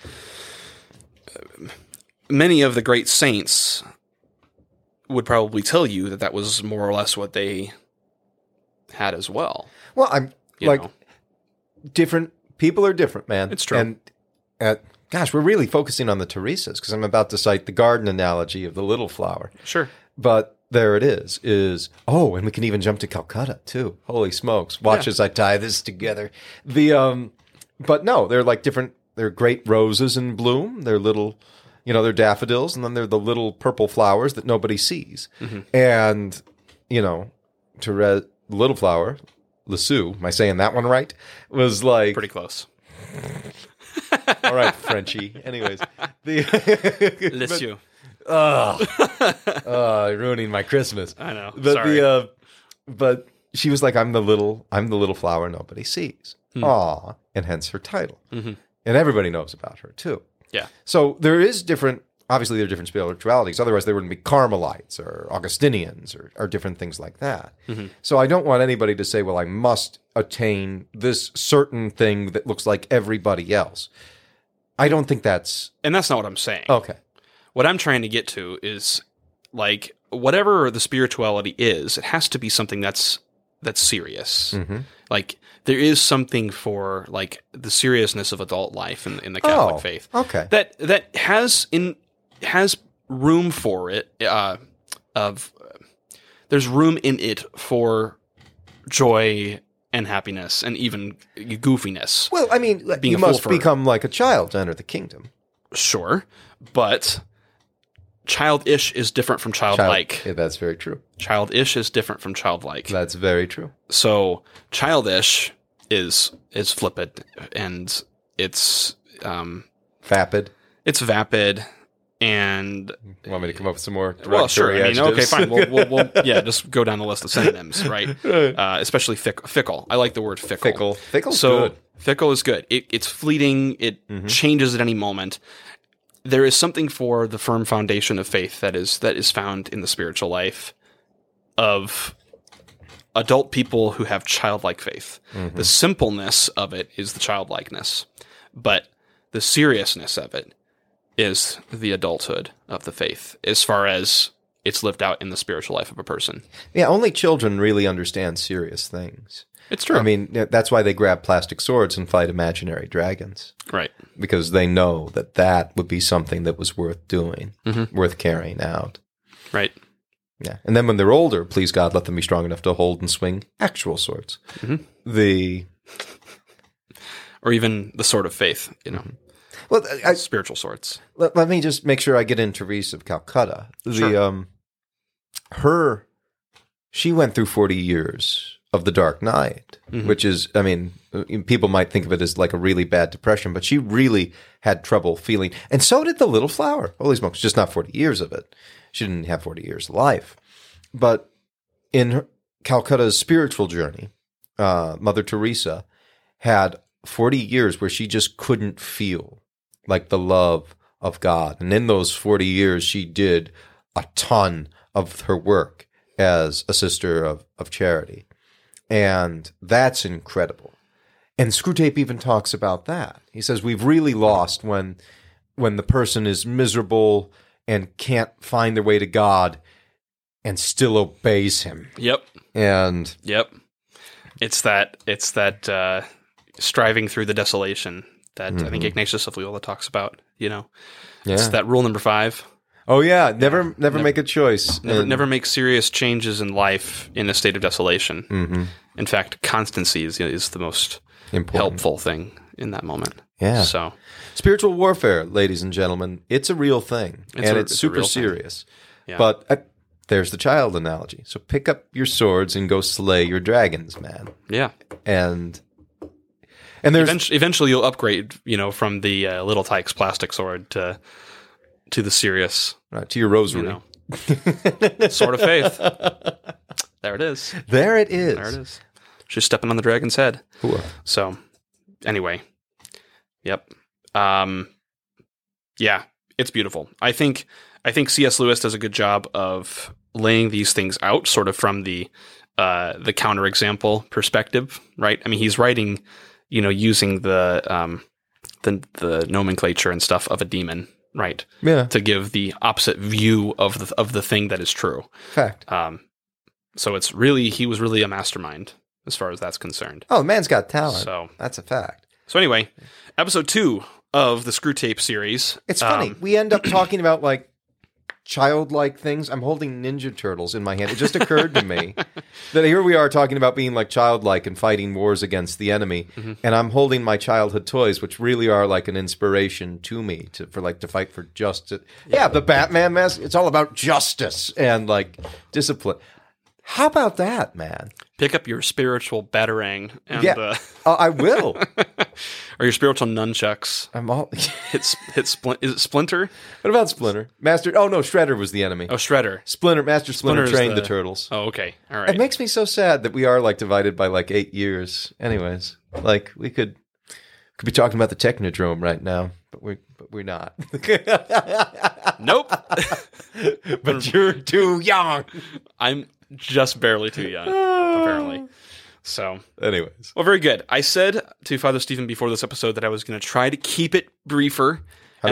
um, many of the great saints would probably tell you that that was more or less what they had as well. Well, I'm you like know? different people are different, man. It's true. And uh, gosh, we're really focusing on the Teresa's because I'm about to cite the garden analogy of the little flower. sure. But there it is. Is oh, and we can even jump to Calcutta too. Holy smokes! Watch as I tie this together. The um, but no, they're like different. They're great roses in bloom. They're little, you know, they're daffodils, and then they're the little purple flowers that nobody sees. And you know, Therese Little Flower, Lasso. Am I saying that one right? Was like Pretty close. all right, Frenchie. Anyways, the *laughs* Bless you. *laughs* uh, ruining my Christmas. I know. But Sorry. the uh, but she was like, "I'm the little, I'm the little flower nobody sees." Hmm. Aw, and hence her title. And everybody knows about her too. Mm-hmm. yeah. So there is different. Obviously, there are different spiritualities. Otherwise, they wouldn't be Carmelites or Augustinians or, or different things like that. Mm-hmm. So I don't want anybody to say, "Well, I must attain this certain thing that looks like everybody else." I don't think that's And that's not what I'm saying. okay. what I'm trying to get to is like whatever the spirituality is, it has to be something that's that's serious. Hmm. Mm-hmm. Like there is something for like the seriousness of adult life in, in the Catholic oh, faith Okay. that that has in has room for it uh, of there's room in it for joy and happiness and even goofiness. well, I mean, like, being you a fool must for- become like a child to enter the kingdom. Sure, but childish is different from Child- childlike. Yeah, that's very true. childish is different from childlike. That's very true. So childish is is flippant and it's um Vapid. it's vapid and Want me to come up with some more? well sure I mean derogatory okay adjectives? fine we'll, we'll, we'll *laughs* yeah just go down the list of synonyms right uh, especially fick, fickle I like the word fickle *laughs* Fickle. Fickle's so good. Mm-hmm. fickle is good it, it's fleeting it changes at any moment there is something for the firm foundation of faith that is that is found in the spiritual life of adult people who have childlike faith. Mm-hmm. The simpleness of it is the childlikeness, but the seriousness of it is the adulthood of the faith as far as it's lived out in the spiritual life of a person. Yeah, only children really understand serious things. It's true. I mean, yeah, that's why they grab plastic swords and fight imaginary dragons right. because they know that that would be something that was worth doing, Mm-hmm. worth carrying out. Right. Yeah, and then when they're older, please God, let them be strong enough to hold and swing actual swords. Mm-hmm. The Or even the sword of faith, you know, well, I, spiritual swords. let, let me just make sure I get in Therese of Calcutta. The Sure. um her she went through 40 years of the dark night, which is I mean uh, people might think of it as like a really bad depression, but she really had trouble feeling. And so did the little flower. Holy smokes, just not 40 years of it. She didn't have 40 years of life. But in her, Calcutta's spiritual journey, uh, Mother Teresa had 40 years where she just couldn't feel like the love of God. And in those 40 years, she did a ton of her work as a sister of, of charity. And that's incredible. And Screwtape even talks about that. He says, We've really lost when when the person is miserable and can't find their way to God and still obeys him. Yep. And Yep. It's that it's that uh, striving through the desolation that I think Ignatius of Loyola talks about. You know, it's Mm-hmm. Yeah. that rule number five: oh yeah, never never, make a choice. never, And- never make serious changes in life in a state of desolation. Mhm. In fact, constancy is, is the most important. helpful thing in that moment. Yeah. So Spiritual warfare, ladies and gentlemen, it's a real thing, and a- it's, it's a super real thing. serious. Yeah. But uh, there's the child analogy. So pick up your swords and go slay your dragons, man. yeah, And and there's eventually, eventually you'll upgrade. You know, from the uh, little tykes plastic sword to to the serious, Right, uh, to your rosary. you know, sort of *laughs* faith. There it is. There it is. There it is. She's stepping on the dragon's head. Cool. So, anyway, yep. Um, yeah, it's beautiful. I think I think C.S. Lewis does a good job of laying these things out, sort of from the uh, the counterexample perspective, right? I mean, he's writing, you know, using the um, the the nomenclature and stuff of a demon, right, Yeah. to give the opposite view of the of the thing that is true. Fact. Um, so it's really he was really a mastermind as far as that's concerned. Oh, the man's got talent. So That's a fact. so anyway, episode two of the Screw Tape *laughs* series. It's funny. Um, we end up talking about like childlike things. I'm holding Ninja Turtles in my hand. It just occurred to *laughs* me that here we are talking about being like childlike and fighting wars against the enemy, and I'm holding my childhood toys, which really are like an inspiration to me to for like to fight for justice. Yeah, the Batman mask. It's all about justice and like discipline. How about that, man? pick up your spiritual batarang and Yeah. uh, *laughs* Uh, I *laughs* will. or your spiritual nunchucks. I'm all. *laughs* Hit s- hit splin- is it Splinter? what about Splinter? Master. Oh no, Shredder was the enemy. Oh, Shredder. Splinter, Master Splinter, Splinter's trained the- the turtles. Oh, okay. All It *laughs* right. makes me so sad that we are like divided by like eight years. Anyways, like we could could be talking about the Technodrome right now, but we but we're not. *laughs* nope. but you're too young. I'm just barely too young, apparently. So, Anyways, well, very good. I said to Father Stephen before this episode that I was going to try to keep it briefer, How'd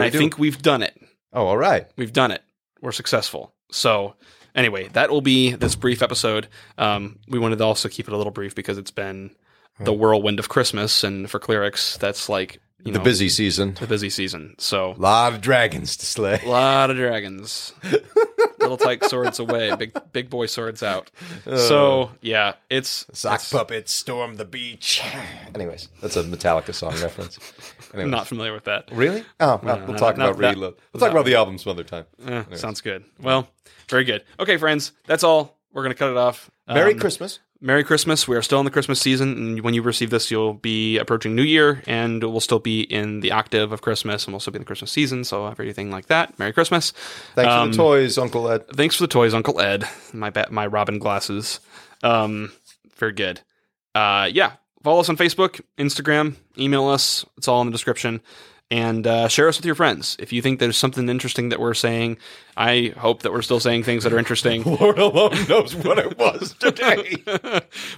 and we I do? think we've done it. oh, all right. we've done it. We're successful. So anyway, that will be this brief episode. Um, we wanted to also keep it a little brief because it's been the whirlwind of Christmas, and for clerics, that's like you the know, busy season, the busy season. So lot of dragons to slay. a lot of *laughs* dragons, little tyke swords away, big big boy swords out. Uh, so yeah, it's Sock Puppets storm the beach. Anyways, that's a Metallica song reference. I'm Anyways. not familiar with that. Really? Oh, well, no, we'll no, talk not about that- reload. We'll talk about the album some other time. Eh, sounds good. Well, very good. Okay, friends, that's all. We're gonna cut it off. Merry Um, Christmas. Merry Christmas. We are still in the Christmas season, and when you receive this, you'll be approaching New Year, and we'll still be in the octave of Christmas, and we'll still be in the Christmas season, so everything like that. Merry Christmas. Thanks um, for the toys, Uncle Ed. Thanks for the toys, Uncle Ed. My ba- my Robin glasses. Um, very good. Uh, yeah. Follow us on Facebook, Instagram, email us. It's all in the description. And uh, share us with your friends. If you think there's something interesting that we're saying, I hope that we're still saying things that are interesting. Lord alone knows what it was today.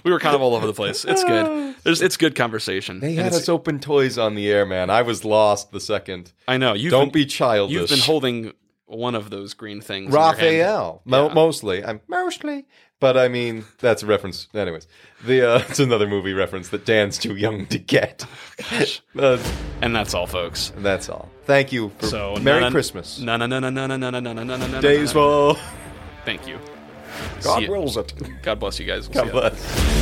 we were kind of all over the place. It's good. There's, it's good conversation. They And had it's- us open toys on the air, man. I was lost the second. I know. You've Don't been, be childish. You've been holding one of those green things. in your hand. Raphael, mo- mostly. I'm mostly, but I mean that's a reference. Anyways, the uh, *laughs* it's another movie reference that Dan's too young *laughs* to get. *laughs* Uh, And that's all, folks. that's all. Thank you. For So Merry none- Christmas. No, no, no, no, no, no, no, no, no, no, no, no, no. Days will. Thank you. See God ya. wills it. God bless you guys. We'll see God ya. *laughs* bless.